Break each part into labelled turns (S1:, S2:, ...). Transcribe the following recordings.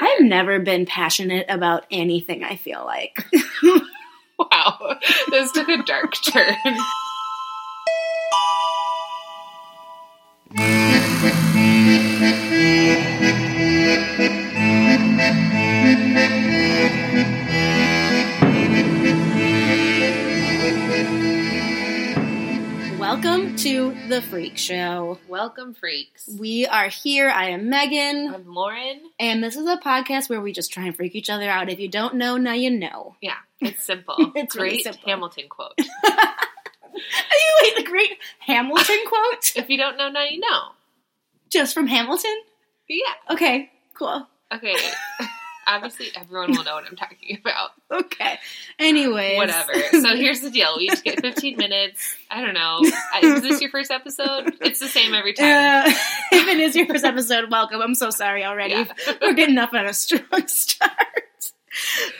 S1: I've never been passionate about anything, I feel like.
S2: Wow, this took a dark turn.
S1: Welcome to The Freak Show.
S2: Welcome, freaks.
S1: We are here. I am Megan,
S2: I'm Lauren.
S1: and this is a podcast where we just try and freak each other out. If you don't know, now you know.
S2: Yeah, it's simple.
S1: It's
S2: Great
S1: really simple.
S2: Hamilton quote.
S1: Are you like the great Hamilton quote?
S2: if you don't know, now you know.
S1: just from Hamilton?
S2: Yeah.
S1: Okay, cool.
S2: Okay. Obviously, everyone will know what I'm talking about.
S1: Okay. Anyways.
S2: Whatever. So here's the deal: we each get 15 minutes. I don't know. I- Is this your first episode? It's the same every time.
S1: Uh, if it is your first episode, welcome. I'm so sorry already.
S2: Yeah.
S1: We're getting off on a strong start.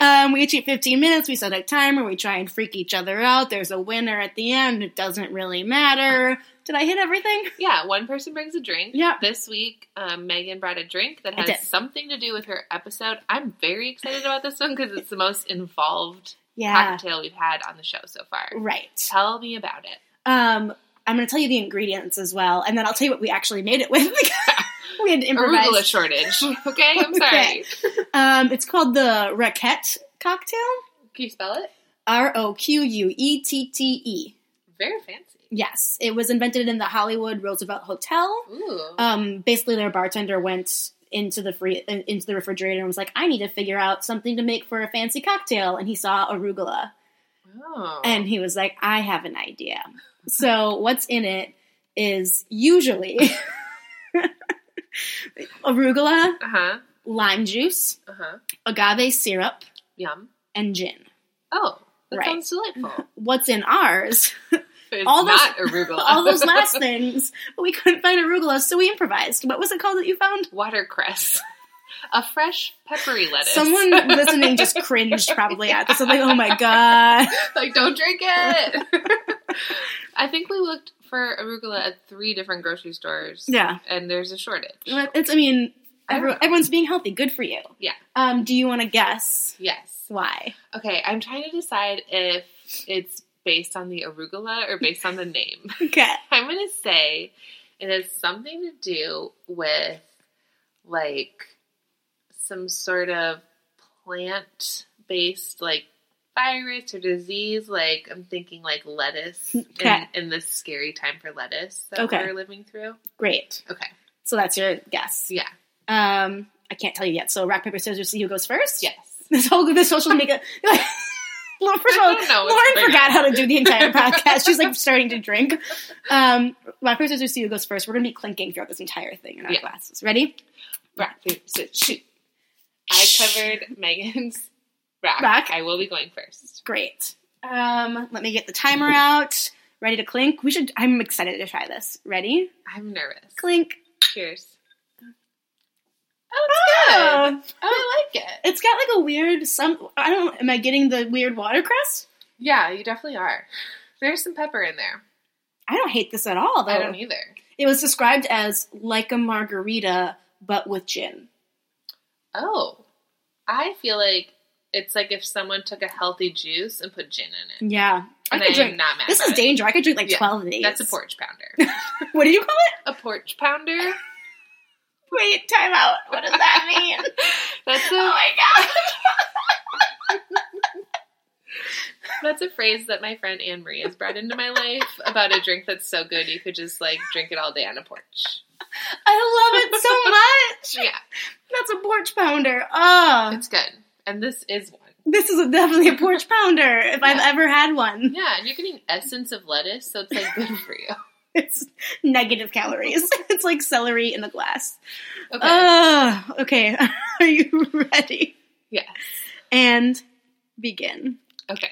S1: Um, we each get 15 minutes. We set a timer. We try and freak each other out. There's a winner at the end. It doesn't really matter. Did I hit everything?
S2: Yeah, one person brings a drink.
S1: Yeah.
S2: This week, um, Megan brought a drink that
S1: I did.
S2: has something to do with her episode. I'm very excited about this one because it's the most involved
S1: Yeah.
S2: cocktail we've had on the show so far.
S1: Right.
S2: Tell me about it.
S1: Um, I'm going to tell you the ingredients as well, and then I'll tell you what we actually made it with. we had to improvise.
S2: Arugula shortage. Okay, I'm sorry.
S1: Okay. Um, it's called the Raquette cocktail.
S2: Can you spell it?
S1: R O Q U E T T E.
S2: Very fancy.
S1: Yes, it was invented in the Hollywood Roosevelt Hotel.
S2: Ooh.
S1: Um, basically, their bartender went into the free uh, into the refrigerator and was like, "I need to figure out something to make for a fancy cocktail," and he saw arugula,
S2: oh.
S1: and he was like, "I have an idea." So, what's in it is usually arugula,
S2: Uh huh.
S1: lime juice,
S2: Uh huh.
S1: agave syrup,
S2: Yum.
S1: and gin.
S2: Oh, that
S1: Right.
S2: sounds delightful.
S1: What's in ours?
S2: It's
S1: All those-
S2: not arugula.
S1: All those last things, but we couldn't find arugula, so we improvised. What was it called that you found?
S2: watercress. A fresh peppery lettuce.
S1: Someone listening just cringed probably at this. I'm like, oh my god.
S2: like, don't drink it. I think we looked for arugula at three different grocery stores.
S1: Yeah.
S2: And there's a shortage.
S1: It's, I mean, every, everyone's being healthy. Good for you.
S2: Yeah.
S1: Um, do you want to guess
S2: Yes.
S1: why?
S2: Okay, I'm trying to decide if it's based on the arugula or based on the name.
S1: Okay.
S2: I'm gonna say it has something to do with like some sort of plant based like virus or disease. Like I'm thinking like lettuce
S1: Okay.
S2: in, in this scary time for lettuce that
S1: Okay.
S2: we're living through.
S1: Great.
S2: Okay.
S1: So that's your guess.
S2: Yeah.
S1: Um, I can't tell you yet. So rock, paper, scissors, see who goes first?
S2: Yes.
S1: This whole this whole should make a. Well, first of all,
S2: I don't know
S1: Lauren
S2: what's going
S1: forgot
S2: on.
S1: how to do the entire podcast. She's like starting to drink. Um, rock, paper, scissors, see who goes first. We're gonna be clinking throughout this entire thing in our
S2: Yeah.
S1: glasses. Ready?
S2: Rock, paper, scissors, shoot. I covered Megan's rock.
S1: Rock.
S2: I will be going first.
S1: Great. Um, let me get the timer out. Ready to clink? We should. I'm excited to try this. Ready?
S2: I'm nervous.
S1: Clink.
S2: Cheers. Oh, it's good.
S1: Oh,
S2: Oh, I like it.
S1: it's got like a weird. Some. I don't. Am I getting the weird watercress?
S2: Yeah, you definitely are. There's some pepper in there.
S1: I don't hate this at all, though.
S2: I don't e- either.
S1: it was described as like a margarita but with gin.
S2: Oh, I feel like it's like if someone took a healthy juice and put gin in it.
S1: Yeah, I
S2: And
S1: could
S2: am
S1: drink.
S2: not mad.
S1: This
S2: at
S1: is
S2: it.
S1: danger. I could drink like
S2: Yeah,
S1: twelve of these.
S2: That's a porch pounder.
S1: What do you call it?
S2: a porch pounder.
S1: Wait, time out. What does that mean?
S2: That's
S1: oh
S2: a
S1: my god.
S2: that's a phrase that my friend Anne Marie has brought into my life about a drink that's so good you could just like drink it all day on a porch.
S1: I love it so much.
S2: Yeah,
S1: That's a porch pounder. Oh.
S2: it's good. And this is one.
S1: This is a, definitely a porch pounder if I've
S2: Yeah.
S1: ever had one.
S2: Yeah, and you're getting essence of lettuce, so it's like good for you.
S1: It's negative calories. it's like celery in a glass.
S2: Okay.
S1: Oh, okay. Are you ready?
S2: yes.
S1: And begin.
S2: Okay.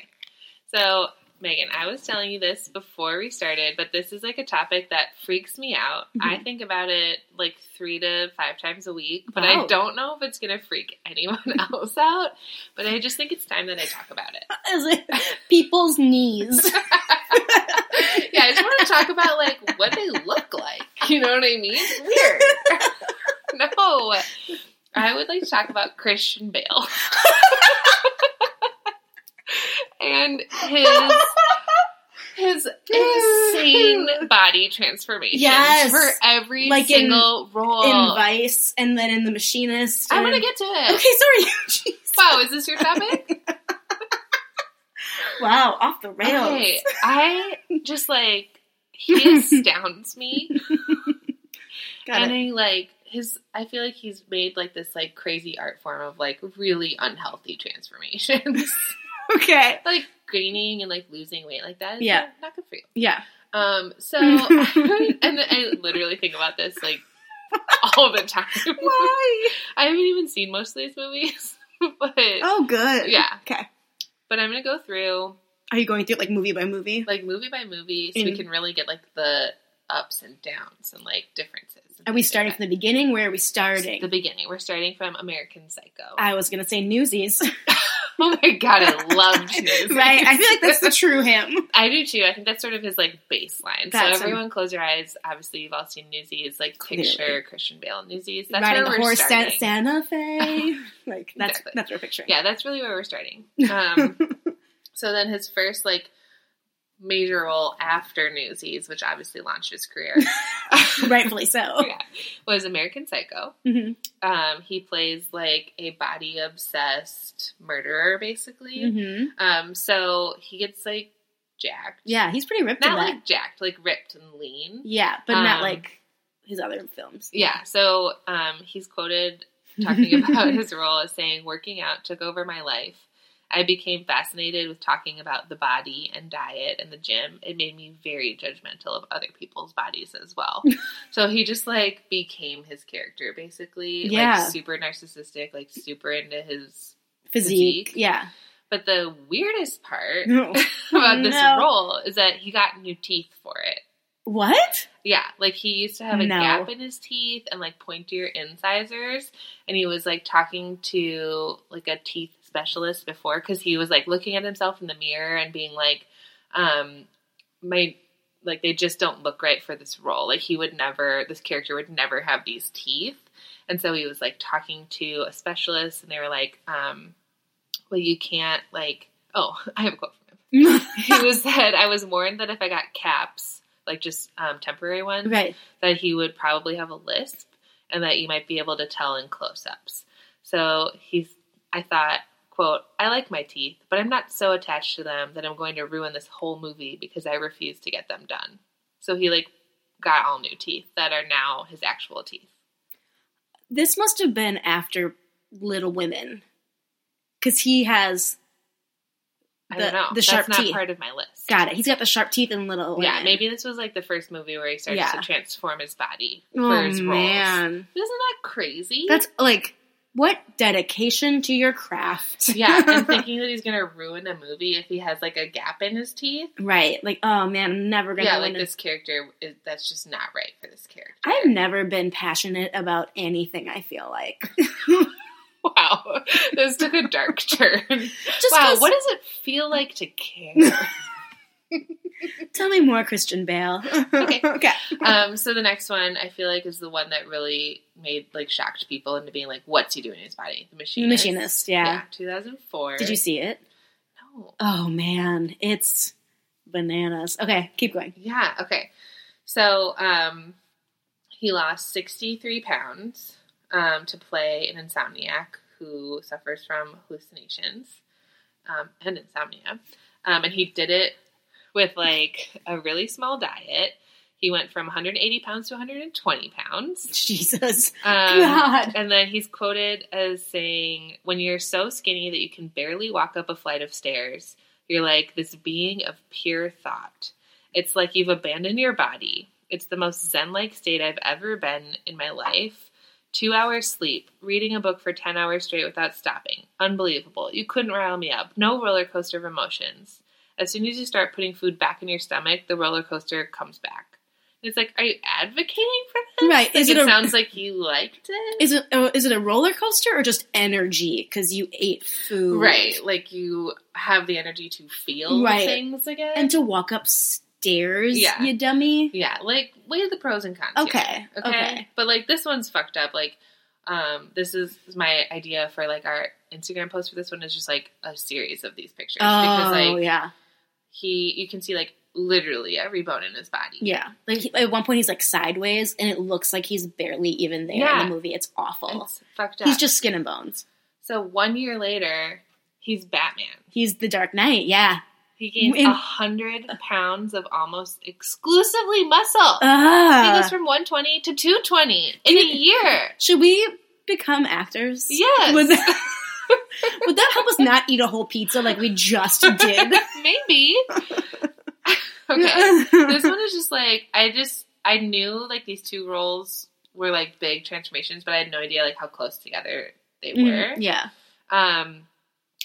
S2: So, Megan, I was telling you this before we started, but this is like a topic that freaks me out. I think about it like three to five times a week, but
S1: Wow.
S2: I don't know if it's going to freak anyone else out. But I just think it's time that I talk about it.
S1: Is it people's knees?
S2: yeah, I just want to talk about like what they look like. You know what I mean? Weird. no. I would like to talk about Christian Bale. and his his insane body transformation
S1: Yes.
S2: for every
S1: Like in-
S2: single role.
S1: in Vice and then in The Machinist.
S2: Oh. I'm
S1: and-
S2: gonna get to it.
S1: Okay, sorry. Jeez.
S2: Wow, is this your topic?
S1: Wow, off the rails.
S2: okay, I just like he astounds me.
S1: Got
S2: and
S1: it.
S2: he like his I feel like he's made like this like crazy art form of like really unhealthy transformations.
S1: Okay.
S2: like gaining and like losing weight like that is
S1: Yeah.
S2: not, not good for you.
S1: Yeah.
S2: Um so I, and I literally think about this like all the time.
S1: Why?
S2: I haven't even seen most of these movies. But
S1: Oh, good.
S2: Yeah.
S1: Okay.
S2: but I'm gonna go through
S1: Are you going through it, like movie by movie?
S2: like movie by movie so we
S1: Mm.
S2: can really get like the ups and downs and like differences. and
S1: Are we
S2: things like
S1: starting
S2: that.
S1: from the beginning? Where are we starting?
S2: the beginning. We're starting from American Psycho.
S1: I was gonna say Newsies,
S2: oh my god, I loved Newsies.
S1: right? I feel like that's the true him.
S2: I do too. I think that's sort of his like baseline.
S1: That's
S2: so everyone, close your eyes. Obviously, you've all seen Newsies. Like
S1: Clearly.
S2: picture Christian Bale in Newsies. That's
S1: Riding
S2: where
S1: the
S2: we're
S1: horse, San-
S2: starting.
S1: Santa Fe. Like that's
S2: Exactly.
S1: that's what we're picturing.
S2: Yeah, that's really where we're starting. Um, so then his first like major role after Newsies, which obviously launched his career,
S1: rightfully so.
S2: Yeah. was American Psycho.
S1: Mhm.
S2: Um, he plays like a body obsessed murderer, basically.
S1: Mhm.
S2: Um, so he gets like jacked.
S1: Yeah, he's pretty ripped. in
S2: Not
S1: that.
S2: like jacked, like ripped and lean.
S1: yeah, but not
S2: Um,
S1: like his other films.
S2: Yeah, so um, he's quoted talking about his role as saying, Working out took over my life. I became fascinated with talking about the body and diet and the gym. It made me very judgmental of other people's bodies as well. so he just like became his character basically.
S1: Yeah.
S2: Like super narcissistic, like super into his.
S1: physique.
S2: physique.
S1: Yeah.
S2: But the weirdest part
S1: No.
S2: about this
S1: Mm, No.
S2: role is that he got new teeth for it.
S1: What?
S2: Yeah, like he used to have a
S1: No.
S2: gap in his teeth and like pointier incisors, and he was like talking to like a teeth specialist before because he was like looking at himself in the mirror and being like, um, my like they just don't look right for this role. Like he would never, this character would never have these teeth, and so he was like talking to a specialist, and they were like, um, well, you can't like, oh, I have a quote from him he was said I was warned that if I got caps, like just um, temporary ones,
S1: right.
S2: that he would probably have a lisp and that you might be able to tell in close-ups. So he's I thought, quote, I like my teeth, but I'm not so attached to them that I'm going to ruin this whole movie because I refuse to get them done. So he like got all new teeth that are now his actual teeth.
S1: This must have been after Little Women, because he has
S2: I
S1: The-
S2: don't know.
S1: the
S2: That's
S1: sharp
S2: not
S1: teeth.
S2: part of my list.
S1: got it. He's got the sharp teeth and Little Women.
S2: yeah, maybe this was like the first movie where he starts
S1: Yeah.
S2: to transform his body for
S1: Oh
S2: his roles.
S1: man,
S2: Isn't that crazy?
S1: that's like what dedication to your craft.
S2: yeah, and thinking that he's gonna ruin a movie if he has like a gap in his teeth.
S1: right. Like oh man, I'm never gonna.
S2: Yeah,
S1: win
S2: like
S1: this.
S2: this character is that's just not right for this character.
S1: I've never been passionate about anything. I feel like
S2: Wow, this took a dark turn.
S1: just
S2: wow,
S1: 'cause-
S2: what does it feel like to care?
S1: tell me more, Christian Bale.
S2: Okay.
S1: okay.
S2: um, so the next one I feel like is the one that really made like shocked people into being like, "What's he doing in his body?" The machinist.
S1: Machinist. yeah.
S2: 2004.
S1: Did you see it?
S2: No.
S1: Oh man, it's bananas. Okay, keep going.
S2: Yeah. Okay. So um, he lost 63 pounds um, to play an insomniac who suffers from hallucinations um, and insomnia. Um, and he did it with like a really small diet. He went from 180 pounds to 120 pounds.
S1: Jesus.
S2: Um,
S1: God.
S2: and then he's quoted as saying, When you're so skinny that you can barely walk up a flight of stairs, you're like this being of pure thought. It's like you've abandoned your body. It's the most zen like state I've ever been in my life. Two hours sleep, reading a book for 10 hours straight without stopping. Unbelievable. You couldn't rile me up. No roller coaster of emotions. As soon as you start putting food back in your stomach, the roller coaster comes back. It's like, are you advocating for this?
S1: Right.
S2: Like,
S1: Is
S2: it,
S1: it a
S2: sounds like you liked it.
S1: is it uh, is it a roller coaster or just energy cuz you ate food?
S2: right. Like you have the energy to feel
S1: Right.
S2: things again.
S1: And to walk upstairs,
S2: Yeah.
S1: you dummy.
S2: yeah, like weigh the pros and cons. here.
S1: Okay. Okay.
S2: Okay. But like this one's fucked up. Like Um, this is my idea for like our Instagram post for this one is just like a series of these pictures
S1: Oh,
S2: because like
S1: yeah.
S2: he you can see like literally every bone in his body.
S1: Yeah. Like he, at one point he's like sideways and it looks like he's barely even there in
S2: Yeah.
S1: the movie. It's awful.
S2: It's fucked up.
S1: he's just skin and bones.
S2: so one year later, he's Batman.
S1: He's the Dark Knight. Yeah.
S2: He gains
S1: In-
S2: a hundred pounds of almost exclusively muscle. he
S1: Ah.
S2: goes from one twenty to two twenty in a year.
S1: Should we become actors?
S2: Yes.
S1: Would that, would that help us not eat a whole pizza like we just did?
S2: Maybe. okay. this one is just like I just I knew like these two roles were like big transformations, but I had no idea like how close together they
S1: Mm,
S2: were.
S1: yeah.
S2: Um,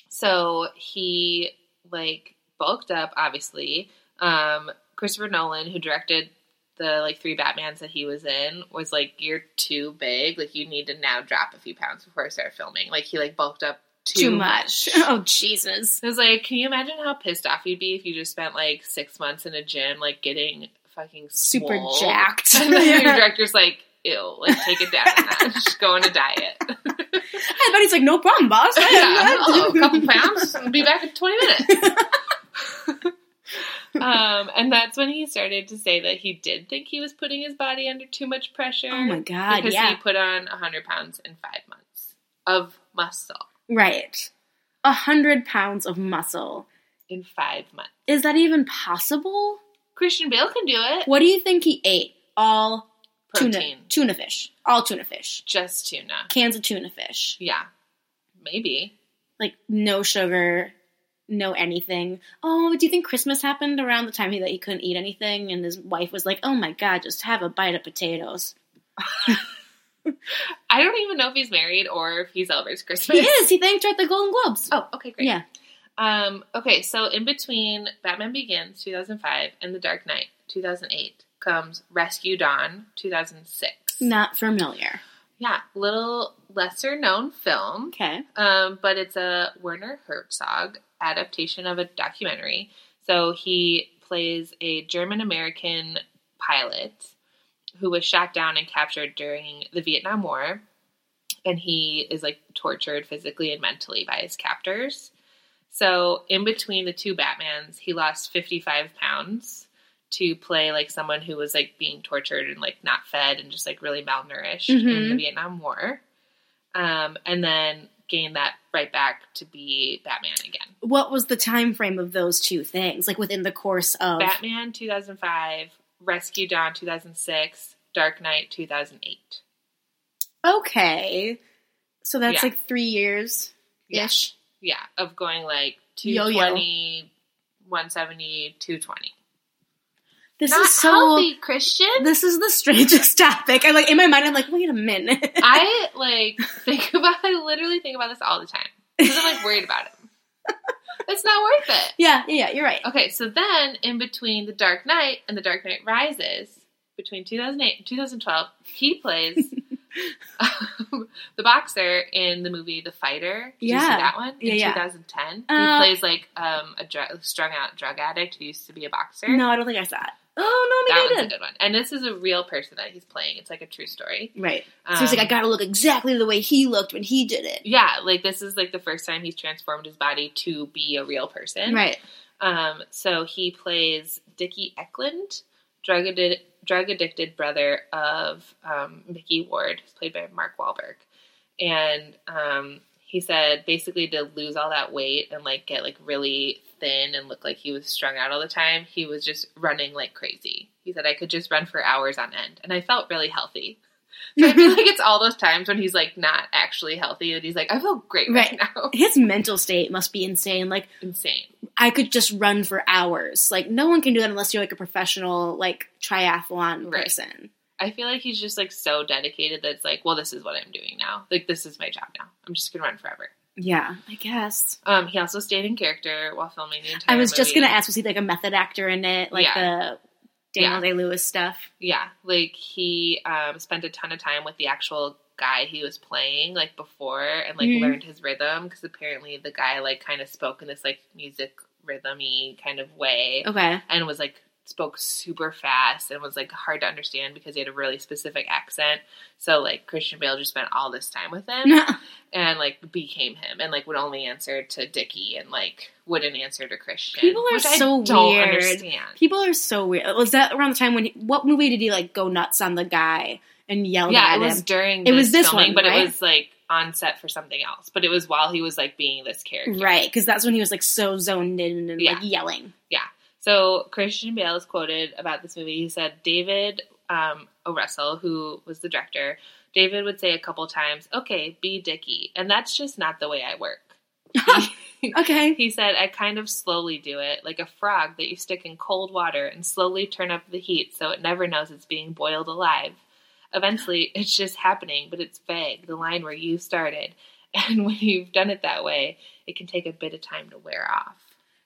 S2: so he like bulked up, obviously. Um, Christopher Nolan, who directed the like three Batmans that he was in, was like you're too big. Like you need to now drop a few pounds before I start filming. Like he like bulked up too,
S1: Too much. Oh Jesus.
S2: it was like, can you imagine how pissed off you'd be if you just spent like six months in a gym, like getting fucking
S1: Super
S2: swole?
S1: jacked.
S2: And then your
S1: I
S2: director's like, ew, like take it down a notch, go on a diet.
S1: bet he's like, no problem, boss.
S2: yeah, oh, a couple pounds, I'll be back in twenty minutes. um, and that's when he started to say that he did think he was putting his body under too much pressure
S1: Oh my god.
S2: because
S1: yeah.
S2: he put on hundred pounds in five months of muscle
S1: Right. A hundred pounds of muscle.
S2: in five months.
S1: Is that even possible?
S2: Christian Bale can do it.
S1: What do you think he ate? All
S2: Protein.
S1: tuna tuna fish. All tuna fish.
S2: Just tuna.
S1: Cans of tuna fish.
S2: Yeah. Maybe.
S1: Like no sugar, no anything. Oh, do you think Christmas happened around the time he, that he couldn't eat anything and his wife was like, "Oh my god, just have a bite of potatoes."
S2: I don't even know if he's married or if he celebrates Christmas.
S1: He is. He thanked her at the Golden Globes.
S2: Oh, okay, great.
S1: Yeah.
S2: Um, okay, so in between Batman Begins 2005 and The Dark Knight 2008 comes Rescue Dawn 2006.
S1: Not familiar.
S2: Yeah, little lesser known film,
S1: Okay.
S2: um, but it's a Werner Herzog adaptation of a documentary. So he plays a German American pilot who was shot down and captured during the Vietnam War. And he is like tortured physically and mentally by his captors. So, in between the two Batmans, he lost 55 pounds to play like someone who was like being tortured and like not fed and just like really malnourished in the
S1: Mhm.
S2: Vietnam War. Um, and then gained that right back to be Batman again.
S1: What was the time frame of those two things? Like within the course of
S2: Batman 2005, Rescue Dawn 2006, Dark Knight 2008.
S1: Okay. So that's
S2: Yeah.
S1: like 3 years ish.
S2: Yeah, of going like
S1: Yo-yo.
S2: 220, 170, 220.
S1: This
S2: Not
S1: is so
S2: healthy, Christian.
S1: This is the strangest topic. I'm like in my mind. I'm like, wait a minute.
S2: I like think about. I literally think about this all the time because I'm like worried about him. It's not worth it.
S1: yeah, yeah, yeah, you're right.
S2: Okay, so then in between The Dark Knight and The Dark Knight Rises, between 2008 and 2012, he plays um, the boxer in the movie The Fighter. Did you see
S1: Yeah.
S2: that one?
S1: Yeah,
S2: in
S1: yeah.
S2: 2010.
S1: Uh,
S2: he plays like um, a dr- strung out drug addict who used to be a boxer.
S1: No, I don't think I saw it. Oh no, maybe
S2: that
S1: I
S2: one's a
S1: did.
S2: good one. And this is a real person that he's playing. It's like a true story.
S1: Right. So he's
S2: Um,
S1: like, I gotta look exactly the way he looked when he did it.
S2: yeah, like this is like the first time he's transformed his body to be a real person.
S1: Right.
S2: Um, so he plays Dickie Eklund, drug addicted, drug addicted brother of um, Mickey Ward, who's played by Mark Wahlberg. And um, he said basically to lose all that weight and like get like really thin and look like he was strung out all the time, he was just running like crazy. He said I could just run for hours on end, and I felt really healthy. So I feel like it's all those times when he's like not actually healthy that he's like I feel great right, now.
S1: His mental state must be insane. Like
S2: Insane.
S1: I could just run for hours. Like no one can do that unless you're like a professional like triathlon
S2: Right.
S1: person.
S2: I feel like he's just like so dedicated that it's like, well, this is what I'm doing now. Like this is my job now. I'm just gonna run forever.
S1: Yeah, I guess.
S2: Um, he also stayed in character while filming the entire.
S1: I was just
S2: movie.
S1: gonna ask, was he like a method actor in it, like the Daniel Day Lewis stuff?
S2: Yeah, like he um, spent a ton of time with the actual guy he was playing, like before, and like
S1: Mhm.
S2: learned his rhythm because apparently the guy like kind of spoke in this like music rhythmy kind of way,
S1: Okay.
S2: and was like spoke super fast and was like hard to understand because he had a really specific accent. So like Christian Bale just spent all this time with him and like became him and like would only answer to Dickie and like wouldn't answer to Christian.
S1: People are
S2: which
S1: so
S2: I don't
S1: weird.
S2: understand.
S1: People are so weird. Was that around the time when? He, what movie did he like go nuts on the guy and yelled
S2: yeah,
S1: at
S2: it was
S1: him?
S2: during
S1: It was this
S2: filming,
S1: one,
S2: but
S1: right?
S2: it was like on set for something else. But it was while he was like being this character.
S1: Right, because that's when he was like so zoned in and
S2: Yeah.
S1: like yelling.
S2: So Christian Bale is quoted about this movie. He said, David um, O'Russell, who was the director, David would say a couple times, okay, be Dickie. And that's just not the way I work.
S1: Okay,
S2: He said, I kind of slowly do it, like a frog that you stick in cold water and slowly turn up the heat so it never knows it's being boiled alive. Eventually, it's just happening, but it's vague, the line where you started. And when you've done it that way, it can take a bit of time to wear off.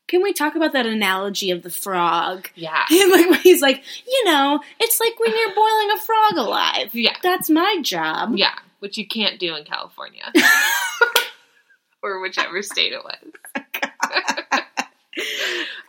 S1: can we talk about that analogy of the frog?
S2: Yeah.
S1: like when he's like, you know, it's like when you're boiling a frog alive.
S2: Yeah.
S1: That's my job.
S2: Yeah, which you can't do in California. or whichever state it was.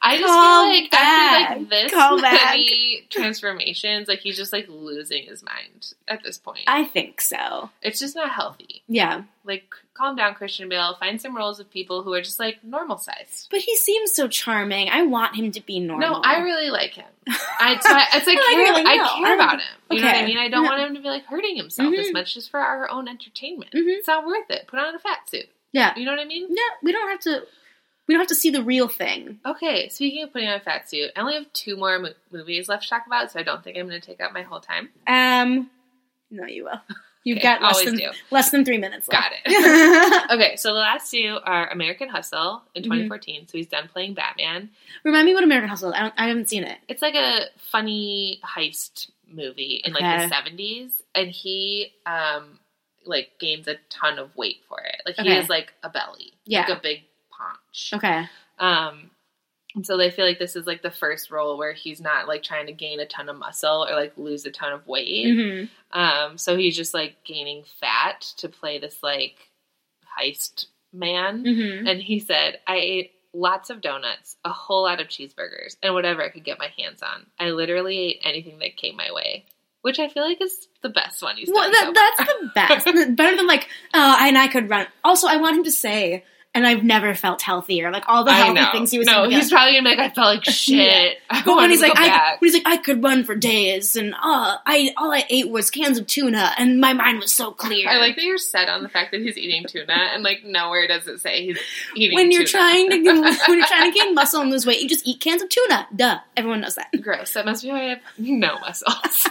S2: I just
S1: Oh Call
S2: feel like
S1: back.
S2: after like this
S1: Call back.
S2: many transformations, like he's just like losing his mind at this point.
S1: I think so.
S2: it's just not healthy.
S1: Yeah.
S2: Like calm down, Christian Bale. Find some roles of people who are just like normal size.
S1: But he seems so charming. I want him to be normal.
S2: No, I really like him. I, so I it's like
S1: I
S2: I, care,
S1: really will.
S2: I
S1: I
S2: care about him. You know what
S1: okay.
S2: I mean? I don't
S1: Yeah.
S2: want him to be like hurting himself as
S1: Mhm.
S2: much just for our own entertainment.
S1: Mhm.
S2: It's not worth it. Put on a fat suit.
S1: Yeah.
S2: You know what I mean?
S1: No, we don't have to. We don't have to see the real thing.
S2: Okay, speaking of putting on a fat suit, I only have two more mo- movies left to talk about, so I don't think I'm going to take up my whole time.
S1: Um, no, you will. You've
S2: Okay,
S1: got less
S2: always
S1: than
S2: do.
S1: less than three minutes
S2: Got
S1: left.
S2: it. Okay, so the last two are American Hustle in
S1: Mhm.
S2: 2014. So he's done playing Batman.
S1: Remind me what American Hustle. I, don't, I haven't seen it.
S2: It's like a funny heist movie in like
S1: Okay.
S2: the 70s, and he um like gains a ton of weight for it. Like he
S1: Okay.
S2: has like a belly,
S1: Yeah.
S2: like a big paunch.
S1: Okay.
S2: Um, and so they feel like this is like the first role where he's not like trying to gain a ton of muscle or like lose a ton of weight.
S1: hmm
S2: Um, so he's just like gaining fat to play this like heist man.
S1: hmm
S2: And he said, I ate lots of donuts, a whole lot of cheeseburgers, and whatever I could get my hands on. I literally ate anything that came my way, which I feel like is the best one he's
S1: Well,
S2: done. so
S1: that, that's the best. Better than like, oh, and I could run. Also, I want him to say, and I've never felt healthier. Like all the
S2: I
S1: healthy
S2: know.
S1: things he was
S2: no,
S1: saying.
S2: he's probably gonna be like, I felt like shit. I
S1: but when
S2: wanted
S1: he's
S2: to
S1: like,
S2: go
S1: I,
S2: back.
S1: when he's like, I could run for days, and oh, I all I ate was cans of tuna, and my mind was so clear.
S2: I like that you're set on the fact that he's eating tuna, and like nowhere does it say he's eating.
S1: when you're
S2: tuna.
S1: trying to gain- when you're trying to gain muscle and lose weight, you just eat cans of tuna. Duh, everyone knows that.
S2: gross. That must be why I have no muscles.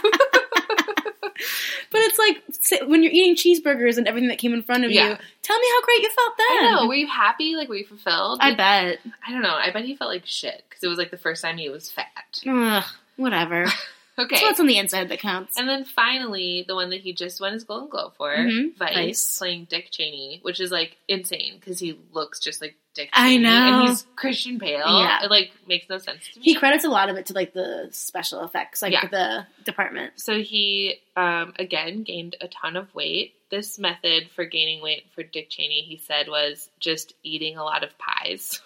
S1: But it's like si- when you're eating cheeseburgers and everything that came in front of
S2: Yeah.
S1: you. Tell me how great you felt then.
S2: I know. Were you happy? Like, were you fulfilled?
S1: I
S2: Like,
S1: bet.
S2: I don't know. I bet he felt like shit because it was like the first time he was fat.
S1: Ugh, whatever.
S2: Okay.
S1: It's what's on the inside that counts.
S2: and then finally, the one that he just won his Golden Globe for,
S1: Mhm.
S2: Vice,
S1: Vice.
S2: playing Dick Cheney, which is like insane because he looks just like Dick.
S1: I
S2: Cheney,
S1: know.
S2: and he's Christian Bale.
S1: Yeah.
S2: It like makes no sense to me.
S1: He credits a lot of it to like the special effects, like
S2: Yeah.
S1: the department.
S2: So he um, again gained a ton of weight. This method for gaining weight for Dick Cheney, he said, was just eating a lot of pies.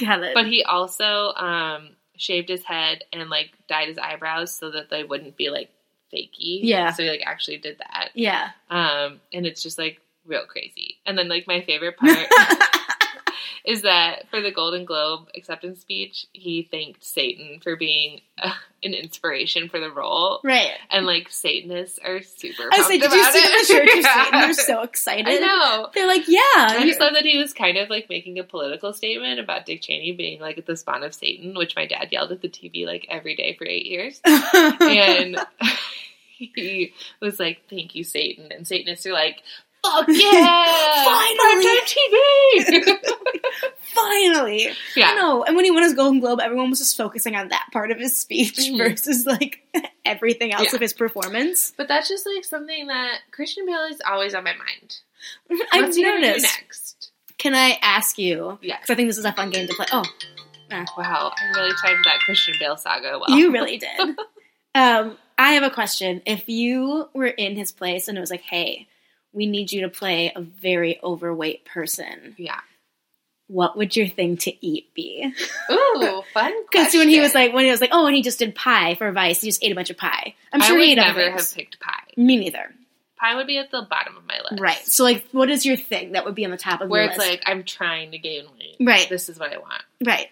S1: Got it.
S2: But he also um, shaved his head and like dyed his eyebrows so that they wouldn't be like fakey.
S1: Yeah.
S2: So he like actually did that.
S1: yeah.
S2: Um, and it's just like real crazy. And then like my favorite part is that for the Golden Globe acceptance speech, he thanked Satan for being uh, an inspiration for the role.
S1: right.
S2: and like Satanists are super.
S1: I say, did
S2: pumped
S1: you
S2: about
S1: see
S2: it.
S1: the Church of
S2: Yeah.
S1: Satan? They're so
S2: I
S1: excited.
S2: know.
S1: They're like, yeah.
S2: I just love that he was kind of like making a political statement about Dick Cheney being like at the spawn of Satan, which my dad yelled at the TV like every day for eight years. And he was like, "Thank you, Satan," and Satanists are like, "Fuck yeah,
S1: Finally.
S2: primetime TV."
S1: Finally. I
S2: yeah,
S1: know. And when he won his Golden Globe, everyone was just focusing on that part of his speech
S2: Mhm.
S1: versus like everything else
S2: Yeah.
S1: of his performance.
S2: but that's just like something that Christian Bale is always on my mind.
S1: I've
S2: What's he gonna do
S1: noticed.
S2: next?
S1: Can I ask you?
S2: Yes.
S1: Because I think this is a fun game to play. Oh,
S2: Wow, I really timed that Christian Bale saga well.
S1: You really did. um, I have a question. If you were in his place and it was like, hey, we need you to play a very overweight person,
S2: yeah.
S1: what would your thing to eat be?
S2: Ooh, fun.
S1: Because when he was
S2: question.
S1: like, when he was like, oh, and he just did pie for Vice, he just ate a bunch of pie. I'm
S2: I
S1: sure
S2: would
S1: he ate
S2: never
S1: others.
S2: have picked pie.
S1: Me neither.
S2: Pie would be at the bottom of my list.
S1: Right. So like, what is your thing that would be on the top of
S2: Where
S1: your
S2: it's
S1: list?
S2: like, I'm trying to gain weight.
S1: Right.
S2: This is what I want.
S1: right.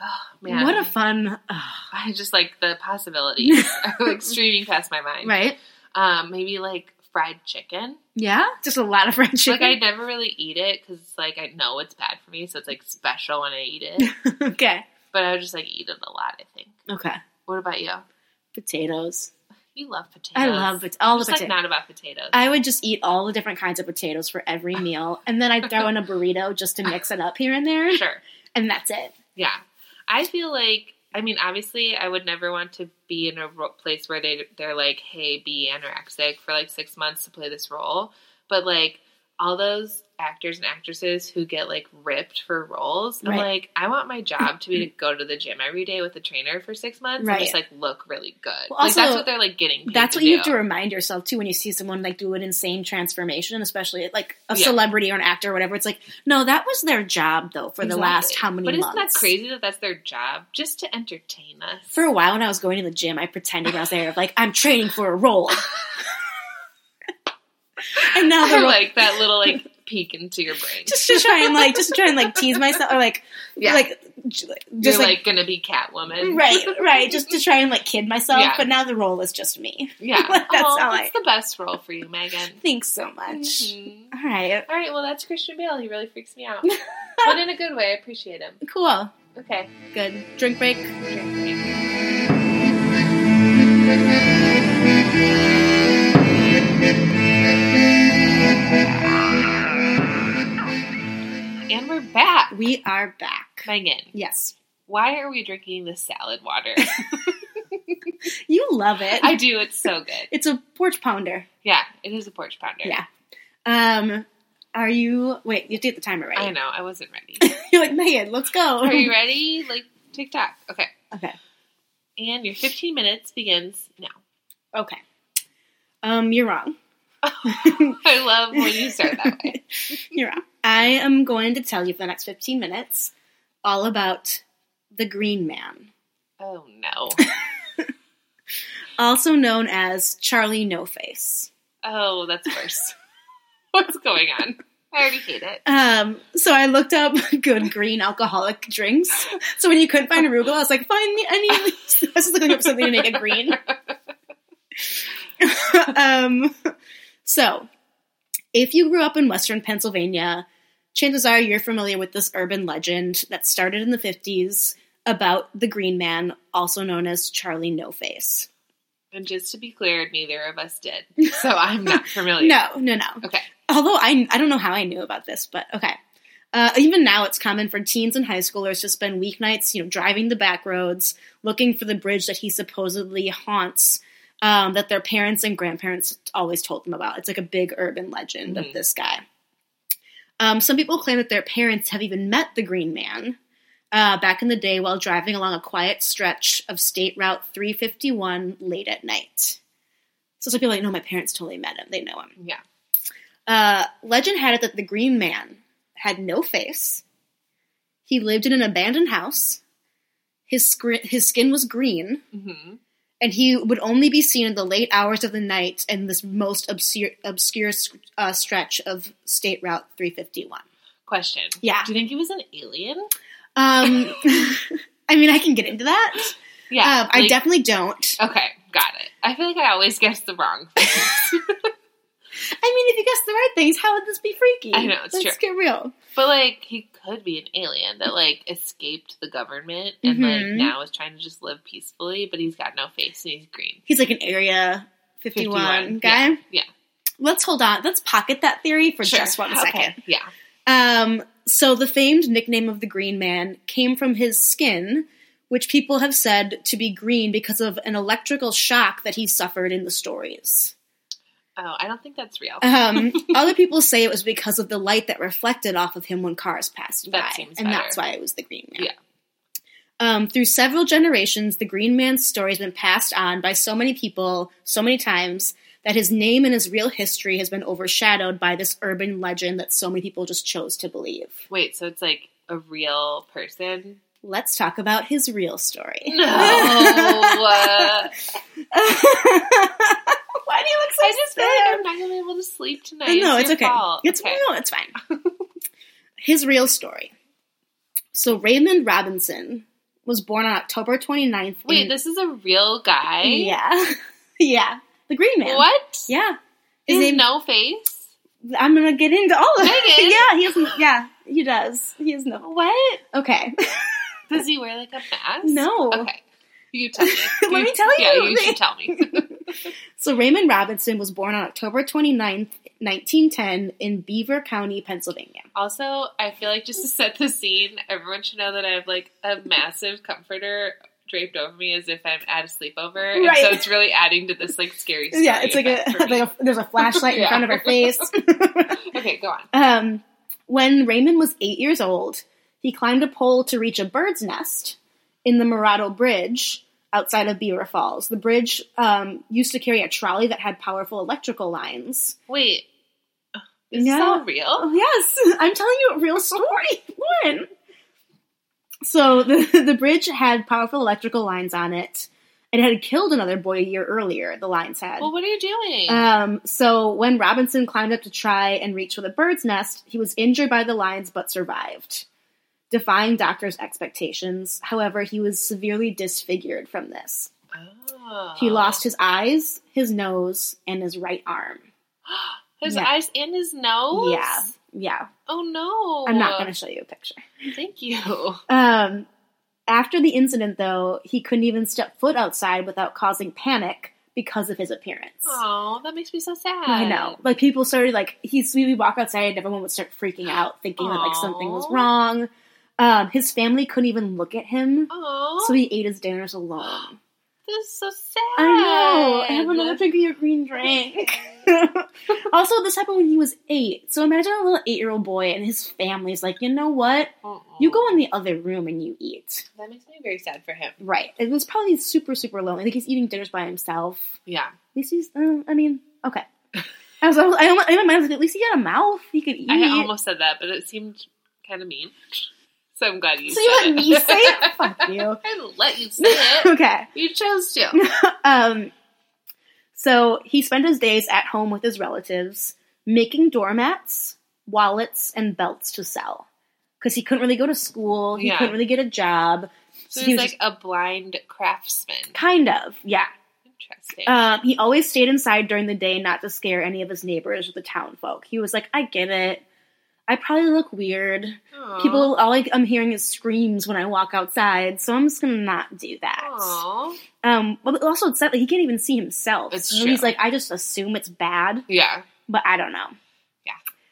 S2: Oh, man.
S1: What a fun. ugh,
S2: I just like the possibilities are like streaming past my mind.
S1: right.
S2: Um, maybe like fried chicken.
S1: Yeah. Just a lot of fried
S2: Like I
S1: chicken.
S2: never really eat it because like I know it's bad for me, so it's like special when I eat it.
S1: okay.
S2: but I would just like eat it a lot. I think.
S1: Okay.
S2: What about you?
S1: Potatoes.
S2: You love potatoes.
S1: I love pot- all the
S2: What's, like
S1: potatoes.
S2: not about potatoes.
S1: I would just eat all the different kinds of potatoes for every meal, and then I'd throw in a burrito just to mix it up here and there,
S2: sure.
S1: and that's it.
S2: Yeah. I feel like I mean, obviously, I would never want to be in a ro- place where they they're like, "Hey, be anorexic for like six months to play this role." But like all those actors and actresses who get like ripped for roles, I'm
S1: Right.
S2: like, I want my job to be to go to the gym every day with a trainer for six months
S1: Right.
S2: and just like look really good.
S1: Well,
S2: like that's
S1: also,
S2: what they're like getting. Paid
S1: That's
S2: to
S1: what you
S2: do.
S1: have to remind yourself too when you see someone like do an insane transformation, especially like a
S2: Yeah.
S1: celebrity or an actor or whatever. It's like, no, that was their job though for the
S2: Exactly.
S1: last how many
S2: But isn't
S1: months.
S2: that crazy that that's their job just to entertain us?
S1: For a while when I was going to the gym, I pretended I was there like I'm training for a role. and now
S2: I
S1: they're like
S2: like that little like peek into your brain.
S1: just to try and like just to try and like tease myself or like like j- just
S2: You're
S1: like
S2: like, gonna be Catwoman,
S1: Right, right. Just to try and like kid myself,
S2: Yeah.
S1: but now the role is just me.
S2: Yeah,
S1: That's
S2: Aw,
S1: how I-
S2: that's the best role for you, Megan.
S1: Thanks so much.
S2: Mhm.
S1: All right,
S2: All right, well, that's Christian Bale. He really freaks me out, but in a good way. I appreciate him.
S1: cool,
S2: Okay.
S1: good. Drink break.
S2: And we're back,
S1: We are back.
S2: Megan.
S1: Yes,
S2: Why are we drinking this salad water?
S1: you love it.
S2: I do. It's so good.
S1: It's a porch pounder.
S2: Yeah, it is a porch pounder.
S1: Yeah. Um, are you? Wait, you have to get the timer right.
S2: I know. I wasn't ready.
S1: You're like Megan. Let's go.
S2: Are you ready? Like TikTok. Okay.
S1: Okay.
S2: And your 15 minutes begins now.
S1: Okay. Um, you're wrong.
S2: I love when you start that way.
S1: You're wrong. I am going to tell you for the next 15 minutes all about the Green Man,
S2: Oh no.
S1: also known as Charlie No Face.
S2: Oh, that's worse. What's going on? I already hate it.
S1: Um, so I looked up good green alcoholic drinks. So when you couldn't find arugula, I was like, find me any of these. I was just looking up something to make it green. um, so if you grew up in Western Pennsylvania, chances are you're familiar with this urban legend that started in the 50s about the Green Man, also known as Charlie No Face.
S2: And just to be clear, neither of us did. So I'm not familiar.
S1: No, no, no.
S2: Okay.
S1: Although I, I don't know how I knew about this, but okay. Uh, even now, it's common for teens and high schoolers to spend weeknights, you know, driving the back roads, looking for the bridge that he supposedly haunts, um, that their parents and grandparents always told them about. It's like a big urban legend
S2: Mhm.
S1: of this guy. Um, some people claim that their parents have even met the Green Man uh, back in the day while driving along a quiet stretch of State Route 351 late at night. So some people are like, no, my parents totally met him. They know him.
S2: Yeah.
S1: Uh, legend had it that the Green Man had no face. He lived in an abandoned house. His, scr- his skin was green,
S2: hmm
S1: and he would only be seen in the late hours of the night in this most obscure, obscure uh, stretch of State Route 351.
S2: Question.
S1: Yeah.
S2: Do you think he was an alien?
S1: Um, I mean, I can get into that.
S2: Yeah.
S1: um, I
S2: like-
S1: definitely don't.
S2: Okay, got it. I feel like I always guess the wrong thing.
S1: I mean, if you guess the right things, how would this be freaky?
S2: I know, it's
S1: Let's
S2: true.
S1: get real.
S2: But like he could be an alien that like escaped the government and
S1: Mhm.
S2: like now is trying to just live peacefully, but he's got no face and he's green.
S1: He's like an Area 51,
S2: 51,
S1: guy.
S2: yeah.
S1: Let's hold on. Let's pocket that theory for
S2: Sure.
S1: just one
S2: Okay,
S1: second.
S2: Yeah.
S1: Um, so the famed nickname of the Green Man came from his skin, which people have said to be green because of an electrical shock that he suffered in the stories.
S2: Oh, I don't think that's real.
S1: Um, other people say it was because of the light that reflected off of him when cars passed by,
S2: That seems
S1: and
S2: better.
S1: that's why it was the Green Man.
S2: Yeah.
S1: Um, through several generations, the Green Man's story has been passed on by so many people, so many times that his name and his real history has been overshadowed by this urban legend that so many people just chose to believe.
S2: Wait, so it's like a real person?
S1: Let's talk about his real story.
S2: No. I
S1: Why do you look so
S2: just feel like
S1: sad?
S2: I'm not gonna be able to sleep tonight.
S1: No, it's
S2: your
S1: okay.
S2: fault.
S1: It's
S2: okay.
S1: no, it's fine. His real story. So Raymond Robinson was born on October 29th.
S2: Wait,
S1: in-
S2: this is a real guy.
S1: Yeah. yeah. The Green Man.
S2: What?
S1: Yeah.
S2: He
S1: His
S2: has
S1: name
S2: no face.
S1: I'm gonna get into all of
S2: Megan?
S1: it. yeah, he has yeah, he does. He has no
S2: What?
S1: Okay.
S2: Does he wear like a mask?
S1: No.
S2: Okay. You tell me.
S1: Let me tell
S2: Yeah,
S1: you.
S2: you should tell me.
S1: So Raymond Robinson was born on October 29th, 1910 in Beaver County, Pennsylvania.
S2: also, I feel like just to set the scene, everyone should know that I have like a massive comforter draped over me as if I'm at a sleepover. And so
S1: Right.
S2: it's really adding to this like scary story.
S1: Yeah, it's like a,
S2: effect for me.
S1: like a there's a flashlight
S2: Yeah.
S1: in front of her face.
S2: Okay, go on.
S1: Um, when Raymond was eight years old, he climbed a pole to reach a bird's nest in the Murado Bridge outside of Beaver Falls. The bridge um, used to carry a trolley that had powerful electrical lines.
S2: Wait. Is this
S1: Yeah.
S2: all real?
S1: Oh, yes, I'm telling you a real story. Lauren. So the, the bridge had powerful electrical lines on it. It had killed another boy a year earlier, the lines had.
S2: Well, what are you doing?
S1: Um, so when Robinson climbed up to try and reach for the bird's nest, he was injured by the lions but survived, defying doctors' expectations. However, he was severely disfigured from this.
S2: oh.
S1: He lost his eyes, his nose, and his right arm.
S2: his
S1: Yeah.
S2: eyes and his nose?
S1: Yeah, yeah.
S2: Oh no.
S1: I'm not going to show you a picture.
S2: Thank you.
S1: Um, after the incident, though, he couldn't even step foot outside without causing panic because of his appearance.
S2: Oh, that makes me so sad.
S1: I know. Like people started like he's we would walk outside and everyone would start freaking out, thinking that like something was
S2: Aw.
S1: wrong. Um, his family couldn't even look at him,
S2: Oh,
S1: so he ate his dinners alone.
S2: this is so sad.
S1: I know. I have another drink of your green drink. also, this happened when he was eight. So imagine a little eight-year-old boy and his family's like, you know what?
S2: Mm-mm.
S1: You go in the other room and you eat.
S2: That makes me very sad for him.
S1: Right. It was probably super, super lonely. Like he's eating dinners by himself.
S2: Yeah.
S1: At least he's. Uh, I mean, okay. I was. I, almost, I almost- in my mind, I was like, at least he had a mouth. He could eat.
S2: I almost said that, but it seemed kind of mean. So I'm glad you
S1: so you let
S2: said it.
S1: me say it. Fuck you.
S2: I didn't let you say it.
S1: okay.
S2: You chose to.
S1: Um. So he spent his days at home with his relatives, making doormats, wallets, and belts to sell, because he couldn't really go to school. He
S2: Yeah.
S1: couldn't really get a job.
S2: So
S1: he
S2: he's
S1: was
S2: like
S1: just-
S2: a blind craftsman.
S1: kind of, yeah.
S2: Interesting.
S1: Um, he always stayed inside during the day not to scare any of his neighbors or the town folk. He was like, I get it. I probably look weird.
S2: Aw.
S1: People, all I, I'm hearing is screams when I walk outside, so I'm just gonna not do that.
S2: Aw.
S1: Um, but also, it's that like, he can't even see himself.
S2: It's
S1: so
S2: true.
S1: he's like, I just assume it's bad,
S2: Yeah.
S1: but I don't know.
S2: Yeah.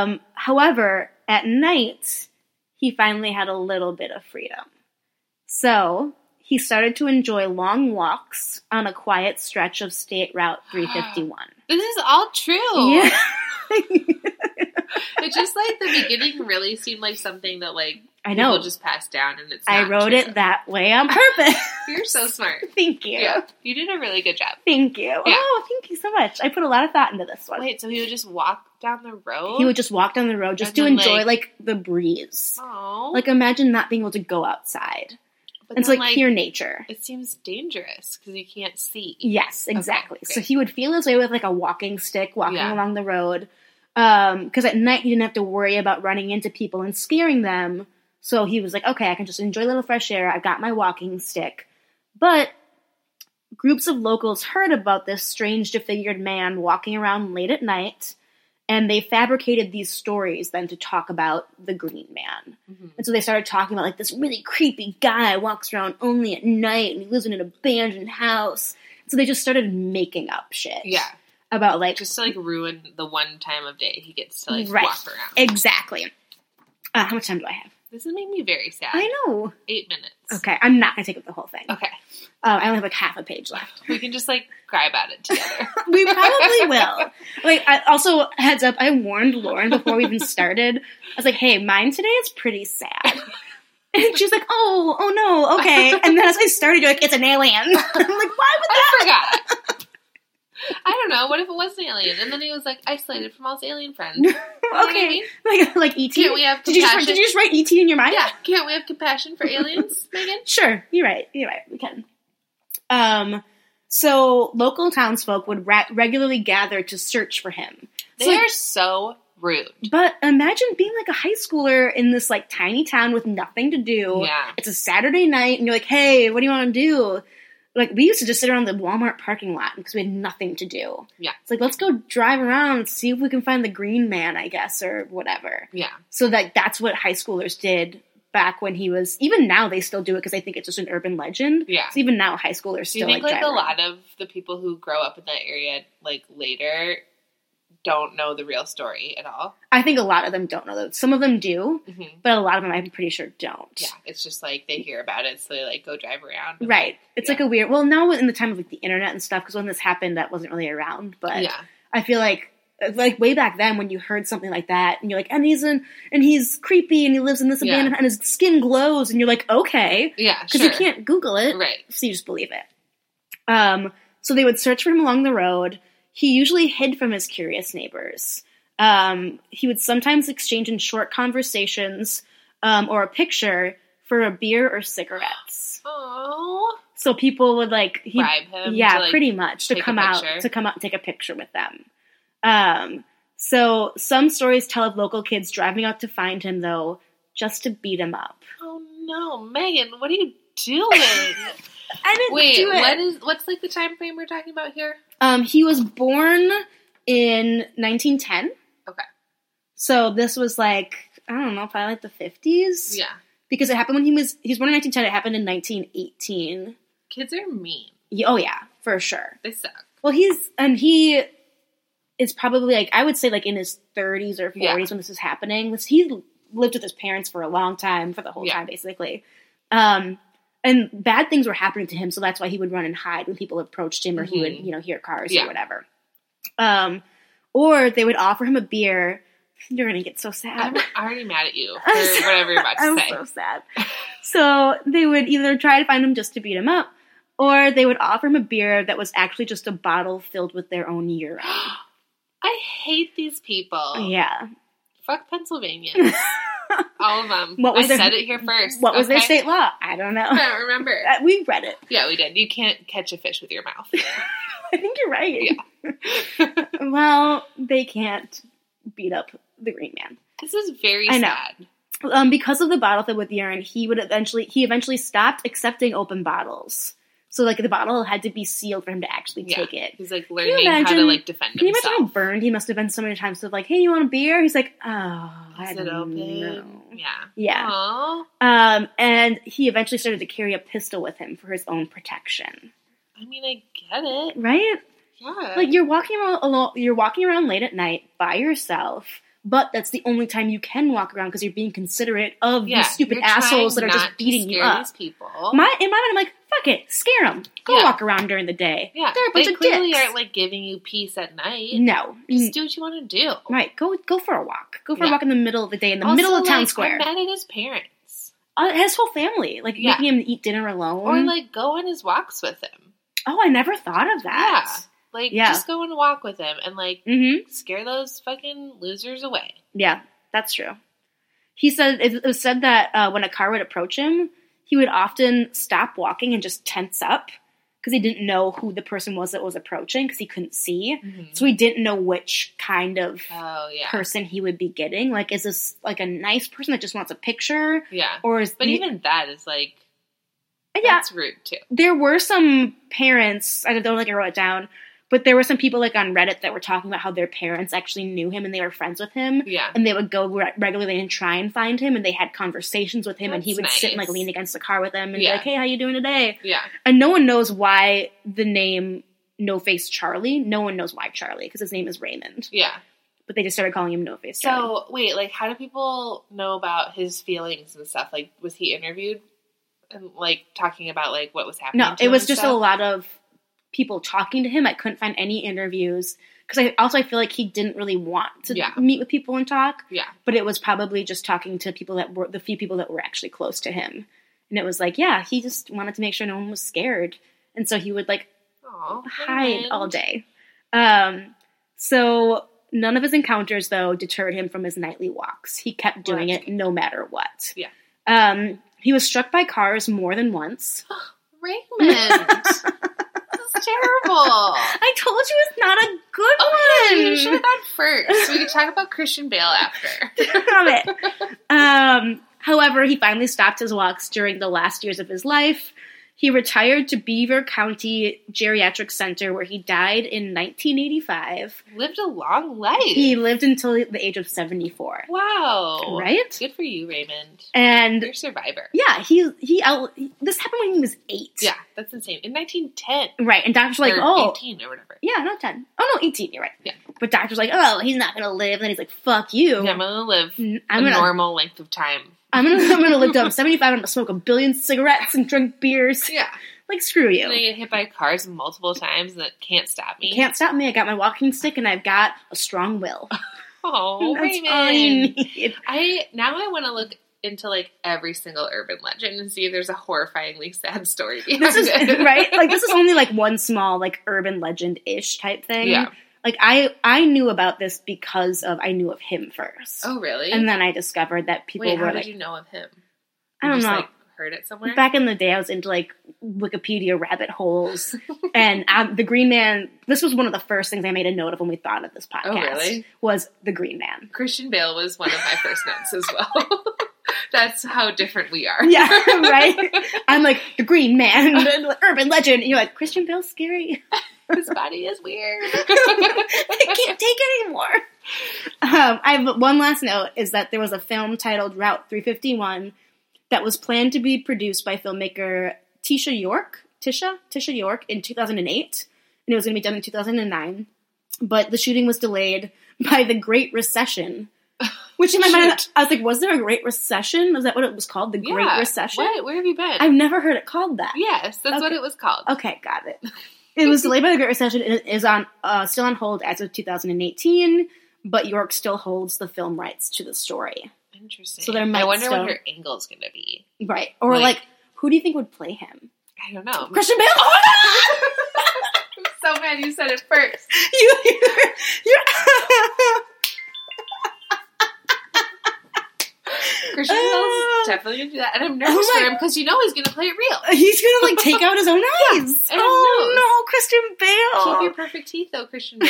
S1: Um, however, at night, he finally had a little bit of freedom. So he started to enjoy long walks on a quiet stretch of State Route 351.
S2: This is all true.
S1: Yeah.
S2: It just like the beginning really seemed like something that like
S1: I know.
S2: people just passed down and it's
S1: I
S2: not
S1: wrote
S2: true.
S1: it that way on purpose.
S2: You're so smart.
S1: Thank you.
S2: Yeah. You did a really good job.
S1: Thank you. Oh, thank you so much. I put a lot of thought into this one.
S2: Wait, so he would just walk down the road?
S1: He would just walk down the road just
S2: And
S1: to
S2: then,
S1: enjoy
S2: like-
S1: like, the breeze.
S2: Oh,
S1: Like imagine not being able to go outside
S2: but
S1: and to
S2: then,
S1: like, hear nature.
S2: It seems dangerous because you can't see.
S1: Yes, exactly. so
S2: great.
S1: he would feel his way with like a walking stick, walking
S2: Yeah.
S1: along the road. Because at night he didn't have to worry about running into people and scaring them. So he was like, okay, I can just enjoy a little fresh air. I've got my walking stick. But groups of locals heard about this strange, disfigured man walking around late at night, and they fabricated these stories then to talk about the Green Man.
S2: Mm-hmm.
S1: And so they started talking about like this really creepy guy walks around only at night and he lives in an abandoned house. So they just started making up shit.
S2: Yeah,
S1: About like
S2: just to like ruin the one time of day he gets to like
S1: Right.
S2: walk around.
S1: exactly. Uh, how much time do I have?
S2: this has made me very sad.
S1: I know.
S2: Eight minutes.
S1: Okay, I'm not gonna take up the whole thing.
S2: Okay,
S1: Uh, I only have like half a page left.
S2: we can just like cry about it together.
S1: We probably will. Like, I also heads up, I warned Lauren before we even started. I was like, "Hey, mine today is pretty sad." And she was like, "Oh, oh no, okay." And then as I started, you're like, "It's an alien." I'm like, "Why would that?"
S2: I forgot. I don't know. What if it was an alien? And then he was like isolated from all his alien friends. You know what I mean?
S1: like like ET.
S2: Can't we have
S1: did you just
S2: compassion?
S1: write, did you just write ET in your mind?
S2: yeah, can't we have compassion for aliens, Megan?
S1: Sure, you're right. You're right. We can. Um, so local townsfolk would ra- regularly gather to search for him.
S2: They
S1: So, like,
S2: are so rude.
S1: but imagine being like a high schooler in this like tiny town with nothing to do.
S2: Yeah.
S1: It's a Saturday night, and you're like, "Hey, what do you want to do?" Like we used to just sit around the Walmart parking lot because we had nothing to do.
S2: Yeah.
S1: It's like let's go drive around and see if we can find the Green Man, I guess, or whatever.
S2: Yeah.
S1: So that that's what high schoolers did back when he was. Even now, they still do it because I think it's just an urban legend.
S2: Yeah.
S1: So even now, high schoolers
S2: Do you
S1: still
S2: think like,
S1: drive
S2: a
S1: around.
S2: lot of the people who grow up in that area like later don't know the real story at all?
S1: I think a lot of them don't know that. Some of them do,
S2: hmm
S1: but a lot of them, I'm pretty sure, don't.
S2: Yeah, it's just like they hear about it, so they like go drive around. and,
S1: Right. It's
S2: Yeah.
S1: like a weird. Well, now in the time of like the internet and stuff, because when this happened, that wasn't really around. But
S2: like- yeah,
S1: I feel like uh, like way back then when you heard something like that and you're like and he's in and he's creepy and he lives in this
S2: Yeah.
S1: abandoned and his skin glows and you're like okay
S2: yeah,
S1: because
S2: sure.
S1: you can't google it
S2: Right.
S1: so you just believe it. Um, so they would search for him along the road. He usually hid from his curious neighbors. Um, he would sometimes exchange in short conversations um, or a picture for a beer or cigarettes.
S2: Oh,
S1: So people would like, he,
S2: bribe him.
S1: yeah,
S2: to, like,
S1: pretty much to
S2: take a
S1: come out
S2: picture.
S1: to come out and take a picture with them. Um, so some stories tell of local kids driving out to find him though, just to beat him up.
S2: Oh no, Megan, what are you doing?
S1: I didn't
S2: Wait,
S1: do it.
S2: what is what's like the time frame we're talking about here?
S1: Um, he was born in 1910.
S2: Okay.
S1: So this was like I don't know, probably like the 50s.
S2: Yeah,
S1: Because it happened when he was he was born in 1910. It happened in 1918.
S2: kids are mean.
S1: Ye- Oh yeah, for sure.
S2: They suck.
S1: Well, he's and he is probably like I would say like in his 30s or 40s
S2: Yeah.
S1: when this is happening. This he lived with his parents for a long time, for the whole
S2: Yeah.
S1: time basically. Um, and bad things were happening to him, so that's why he would run and hide when people approached him, or he would
S2: Mhm.
S1: you know hear cars
S2: Yeah.
S1: or whatever. Um, or they would offer him a beer. You're gonna get so
S2: I'm
S1: sad.
S2: already mad at you for
S1: I'm so-
S2: whatever you're about to
S1: I'm
S2: say.
S1: so sad. So they would either try to find him just to beat him up, or they would offer him a beer that was actually just a bottle filled with their own urine.
S2: I hate these people.
S1: Yeah.
S2: Fuck Pennsylvania. All of them.
S1: What was
S2: I
S1: their-
S2: said it here first.
S1: What was their
S2: okay?
S1: state law? I don't know.
S2: I don't remember.
S1: Uh, we read it.
S2: Yeah, we did. You can't catch a fish with your mouth.
S1: I think you're right. well, they can't beat up the Green Man.
S2: This is very
S1: I know.
S2: sad.
S1: Um, because of the bottle filled with urine, he would eventually he eventually stopped accepting open bottles. So like the bottle had to be sealed for him to actually
S2: Yeah.
S1: take it.
S2: He's like learning how to
S1: imagine-
S2: like defend
S1: Can you imagine how
S2: himself.
S1: burned he must have been so many times? Of like, hey, you want a beer? He's like, oh, I
S2: Is
S1: don't
S2: it open?
S1: know.
S2: Yeah.
S1: Yeah.
S2: Aw.
S1: Um, and he eventually started to carry a pistol with him for his own protection.
S2: I mean, I get it.
S1: Right?
S2: Yeah.
S1: Like you're walking around alone, you're walking around late at night by yourself, but that's the only time you can walk around because you're being considerate of
S2: yeah,
S1: these stupid
S2: you're
S1: assholes that
S2: trying
S1: are
S2: not
S1: just
S2: to
S1: beating you
S2: scare
S1: up.
S2: These people.
S1: My in my mind, I'm like, fuck it, scare them. Go
S2: Yeah.
S1: walk around during the day.
S2: yeah,
S1: they're a bunch
S2: they
S1: of
S2: clearly
S1: dicks.
S2: aren't like giving you peace at night.
S1: No, Mm,
S2: Just do what you want to do.
S1: right? Go go for a walk. Go for
S2: Yeah.
S1: a walk in the middle of the day in the
S2: Also,
S1: middle of town
S2: like,
S1: square.
S2: I'm mad at his parents,
S1: Uh, his whole family, like
S2: Yeah.
S1: making him eat dinner alone.
S2: or like go on his walks with him.
S1: oh, I never thought of that.
S2: Yeah, like
S1: Yeah.
S2: just go and walk with him and like
S1: Yeah. hmm
S2: scare those fucking losers away.
S1: Yeah, that's true. He said it was said that uh, when a car would approach him, he would often stop walking and just tense up because he didn't know who the person was that was approaching because he couldn't see, so he didn't know which kind of
S2: Oh yeah,
S1: person he would be getting. Like, is this like a nice person that just wants a picture,
S2: yeah.
S1: or is
S2: But even that is like
S1: yeah?
S2: that's rude too.
S1: there were some parents i don't think i wrote it down but there were some people like on reddit that were talking about how their parents actually knew him and they were friends with him
S2: Yeah,
S1: and they would go re- regularly and try and find him and they had conversations with him and he
S2: That's
S1: would sit and like
S2: nice.
S1: lean against the car with them and
S2: Yeah.
S1: be like hey how you doing today
S2: yeah,
S1: and no one knows why the name no face charlie no one knows why charlie because his name is raymond
S2: yeah.
S1: but they just started calling him no face charlie
S2: So wait, like, how do people know about his feelings and stuff? Like, was he interviewed and like talking about like what was happening?
S1: no
S2: to
S1: it
S2: him
S1: was
S2: and
S1: just a
S2: stuff?
S1: lot of people talking to him i couldn't find any interviews because i also i feel like he didn't really want to
S2: Yeah.
S1: meet with people and talk
S2: yeah,
S1: but it was probably just talking to people that were the few people that were actually close to him. And it was like, yeah, he just wanted to make sure no one was scared. And so he would like
S2: Aw,
S1: hide
S2: Raymond.
S1: all day. Um, so none of his encounters, though, deterred him from his nightly walks. He kept doing
S2: Right.
S1: it no matter what.
S2: Yeah.
S1: Um, he was struck by cars more than once.
S2: Raymond! this is terrible!
S1: I told you it's not a good
S2: Okay,
S1: one.
S2: you should have gone first. We could talk about Christian Bale after.
S1: Damn it. Um, however, he finally stopped his walks during the last years of his life. He retired to Beaver County Geriatric Center, where he died in 1985.
S2: Lived a long life.
S1: He lived until the age of 74.
S2: wow.
S1: Right?
S2: Good for you, Raymond.
S1: And
S2: You're a survivor.
S1: yeah, he he out. This happened when he was eight.
S2: Yeah, that's insane. In 1910,
S1: Right, and doctors like,
S2: or
S1: oh,
S2: 18 or whatever.
S1: yeah, not ten. Oh no, eighteen. You're right.
S2: Yeah.
S1: But doctors like, oh, he's not gonna live. And then he's like, fuck you.
S2: Yeah, I'm gonna live
S1: N-
S2: a
S1: I'm gonna
S2: normal length of time.
S1: I'm gonna I'm gonna live till I'm 75. I'm gonna smoke a billion cigarettes and drink beers.
S2: Yeah.
S1: Like screw you.
S2: I'm gonna get hit by cars multiple times and that can't stop me.
S1: Can't stop me. I got my walking stick and I've got a strong will.
S2: Oh,
S1: That's
S2: Raymond.
S1: all you need.
S2: I now I want to look into like every single urban legend and see if there's a horrifyingly sad story behind
S1: This is
S2: it.
S1: right. Like this is only like one small like urban legend ish type thing.
S2: Yeah.
S1: Like I I knew about this because of I knew of him first,
S2: Oh, really?
S1: and then I discovered that people
S2: Wait, how
S1: were
S2: did
S1: like
S2: you know of him?
S1: I
S2: You
S1: don't
S2: just,
S1: know.
S2: Like, heard it somewhere.
S1: Back in the day, I was into like Wikipedia rabbit holes, and um, the Green Man. This was one of the first things I made a note of when we thought of this podcast.
S2: Oh, really?
S1: Was the Green Man?
S2: Christian Bale was one of my first notes as well. That's how different we are.
S1: Yeah, right. I'm like the Green Man, the urban legend. And you're like Christian Bale's scary.
S2: His body is weird.
S1: I can't take it anymore. Um, I have one last note: is that there was a film titled Route 351 that was planned to be produced by filmmaker Tisha York, Tisha Tisha York, in 2008, and it was going to be done in 2009. But the shooting was delayed by the Great Recession. Which in my mind,
S2: Shoot.
S1: I was like, was there a Great Recession? Was that what it was called? The Great
S2: Yeah.
S1: Recession?
S2: What? Where have you been?
S1: I've never heard it called that.
S2: yes, that's what
S1: Okay.
S2: it was called.
S1: Okay, got it. It was delayed by the Great Recession and it is on uh, still on hold as of 2018, but York still holds the film rights to the story.
S2: Interesting.
S1: So there might
S2: I wonder
S1: still-
S2: what her angle's going to be.
S1: Right. Or like,
S2: Like-
S1: who do you think would play him?
S2: I don't know.
S1: Christian Bale. Oh my
S2: I'm so mad you said it
S1: god.
S2: first.
S1: You you're, you're-
S2: Christian
S1: Oh.
S2: Bale's definitely going to do that, and I'm nervous
S1: my-
S2: for him because you know he's going to play it real.
S1: He's going to like take out his own eyes.
S2: and
S1: oh
S2: nose.
S1: no, Christian Bale.
S2: Keep your perfect teeth, though, Christian Bale.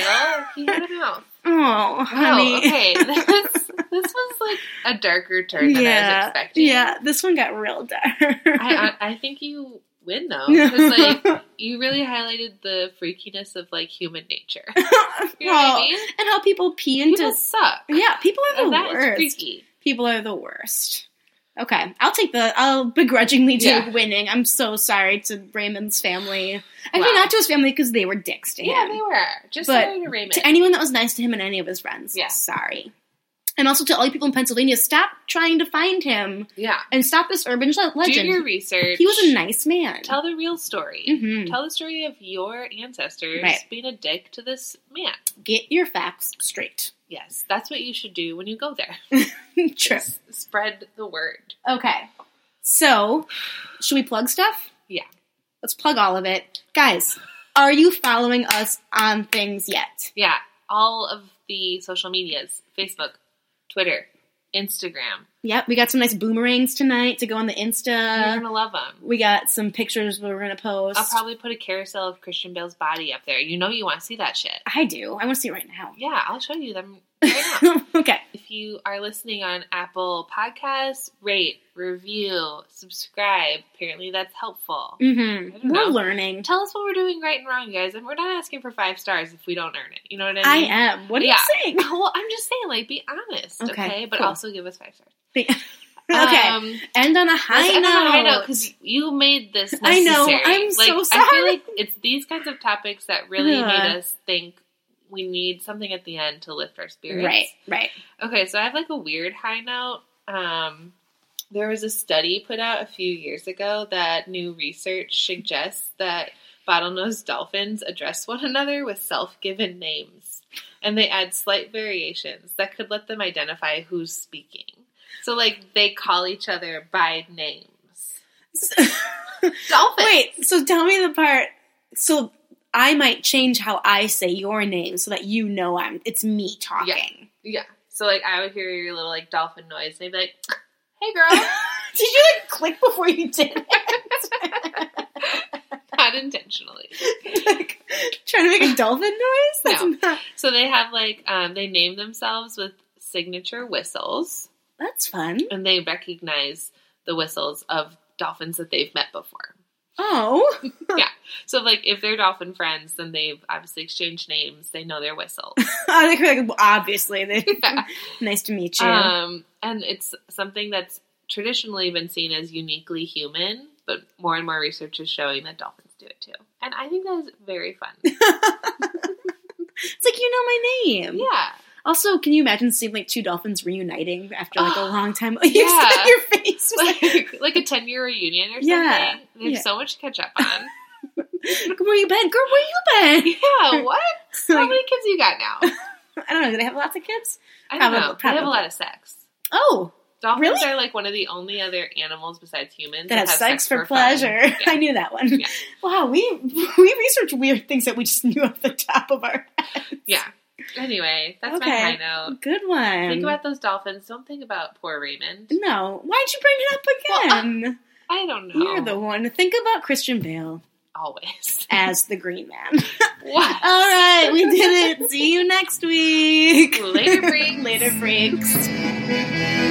S2: He had a mouth.
S1: oh,
S2: Wow.
S1: honey.
S2: Okay. This, this was like a darker turn than I was
S1: yeah.
S2: expecting.
S1: Yeah, this one got real dark.
S2: I, I, I think you win though, because like you really highlighted the freakiness of like human nature. You know what
S1: Well,
S2: I mean?
S1: and how people pee into
S2: People suck.
S1: Yeah, people are the
S2: And that is
S1: worst.
S2: freaky.
S1: People are the worst. Okay, I'll take the. I'll begrudgingly take
S2: Yeah.
S1: winning. I'm so sorry to Raymond's family. I
S2: Wow.
S1: mean, not to his family because they were dicks to him.
S2: Yeah, they were. Just
S1: But
S2: sorry to Raymond.
S1: to anyone that was nice to him and any of his friends.
S2: Yeah.
S1: sorry. And also to all you people in Pennsylvania, stop trying to find him
S2: yeah.
S1: and stop this urban le-
S2: Do your
S1: legend.
S2: research.
S1: He was a nice man.
S2: Tell the real story.
S1: Mhm.
S2: Tell the story of your ancestors
S1: Right.
S2: being a dick to this man.
S1: Get your facts straight.
S2: Yes, that's what you should do when you go there.
S1: True.
S2: Just spread the word.
S1: Okay. So, should we plug stuff?
S2: Yeah.
S1: Let's plug all of it. Guys, are you following us on things yet?
S2: Yeah, all of the social medias Facebook, Twitter, Instagram.
S1: Yep, we got some nice boomerangs tonight to go on the
S2: You're
S1: Insta.
S2: going to love them.
S1: We got some pictures we're going to post.
S2: I'll probably put a carousel of Christian Bale's body up there. You know you want to see that shit.
S1: I do. I want to see it right now.
S2: Yeah, I'll show you them right now.
S1: okay.
S2: if you are listening on Apple Podcasts, rate, review, subscribe. Apparently that's helpful.
S1: Mm-hmm.
S2: don't
S1: We're
S2: know.
S1: learning.
S2: Tell us what we're doing right and wrong, you guys. And we're not asking for five stars if we don't earn it. You know what I
S1: I
S2: mean?
S1: am. What are
S2: Yeah.
S1: you saying?
S2: Well, I'm just saying, like, be honest,
S1: Okay,
S2: okay? But
S1: cool.
S2: also give us five stars.
S1: okay.
S2: Um,
S1: End on a high
S2: Yes,
S1: note.
S2: and on a high note because you made this.
S1: I
S2: Necessary.
S1: know, I'm
S2: like,
S1: so
S2: I
S1: sorry.
S2: feel like it's these kinds of topics that really
S1: Ugh.
S2: made us think we need something at the end to lift our spirits.
S1: Right, right.
S2: Okay, so I have like a weird high note. Um, there was a study put out a few years ago that new research suggests that bottlenose dolphins address one another with self-given names, and they add slight variations that could let them identify who's speaking. So, like, they call each other by names. Dolphins.
S1: Wait, so tell me the part. So I might change how I say your name so that you know I'm it's me talking.
S2: Yeah. So like I would hear your little like dolphin noise and I'd be like, Hey girl.
S1: Did you like click before you did
S2: Not intentionally.
S1: it? like, trying to make a dolphin noise? That's
S2: No.
S1: not
S2: So they have like um they name themselves with signature whistles
S1: that's fun.
S2: and they recognize the whistles of dolphins that they've met before.
S1: Oh.
S2: So like if they're dolphin friends, then they've obviously exchanged names, they know their whistles.
S1: I think we're like well, obviously they
S2: Yeah.
S1: nice to meet you.
S2: Um, and it's something that's traditionally been seen as uniquely human, but more and more research is showing that dolphins do it too. And I think that is very fun.
S1: it's like you know my name.
S2: yeah.
S1: Also, can you imagine seeing like two dolphins reuniting after like a
S2: Oh,
S1: long time? Oh, you
S2: yeah.
S1: said your face was like,
S2: Like, like a 10 year reunion or something.
S1: Yeah.
S2: They have
S1: Yeah.
S2: so much to catch up on.
S1: "Where you been, girl? Where you been?"
S2: yeah, what? How
S1: Like,
S2: many kids you got now?
S1: I don't know. Do they have lots of kids?
S2: I don't know.
S1: Probably-
S2: They have a lot of sex.
S1: Oh,
S2: Dolphins
S1: Really?
S2: are like one of the only other animals besides humans
S1: that have sex, for
S2: fun.
S1: pleasure.
S2: Yeah.
S1: I knew that one.
S2: Yeah.
S1: Wow, we we research weird things that we just knew off the top of our
S2: Yeah. Anyway, that's my
S1: Okay. Um,
S2: high note.
S1: good one.
S2: Think about those dolphins. Don't think about poor Raymond.
S1: no, why'd you bring it up again?
S2: I don't know.
S1: You're the one. Think about Christian Bale
S2: always.
S1: as the Green Man.
S2: What?
S1: All right, we did it. See you next week.
S2: Later, freaks.
S1: Later, freaks.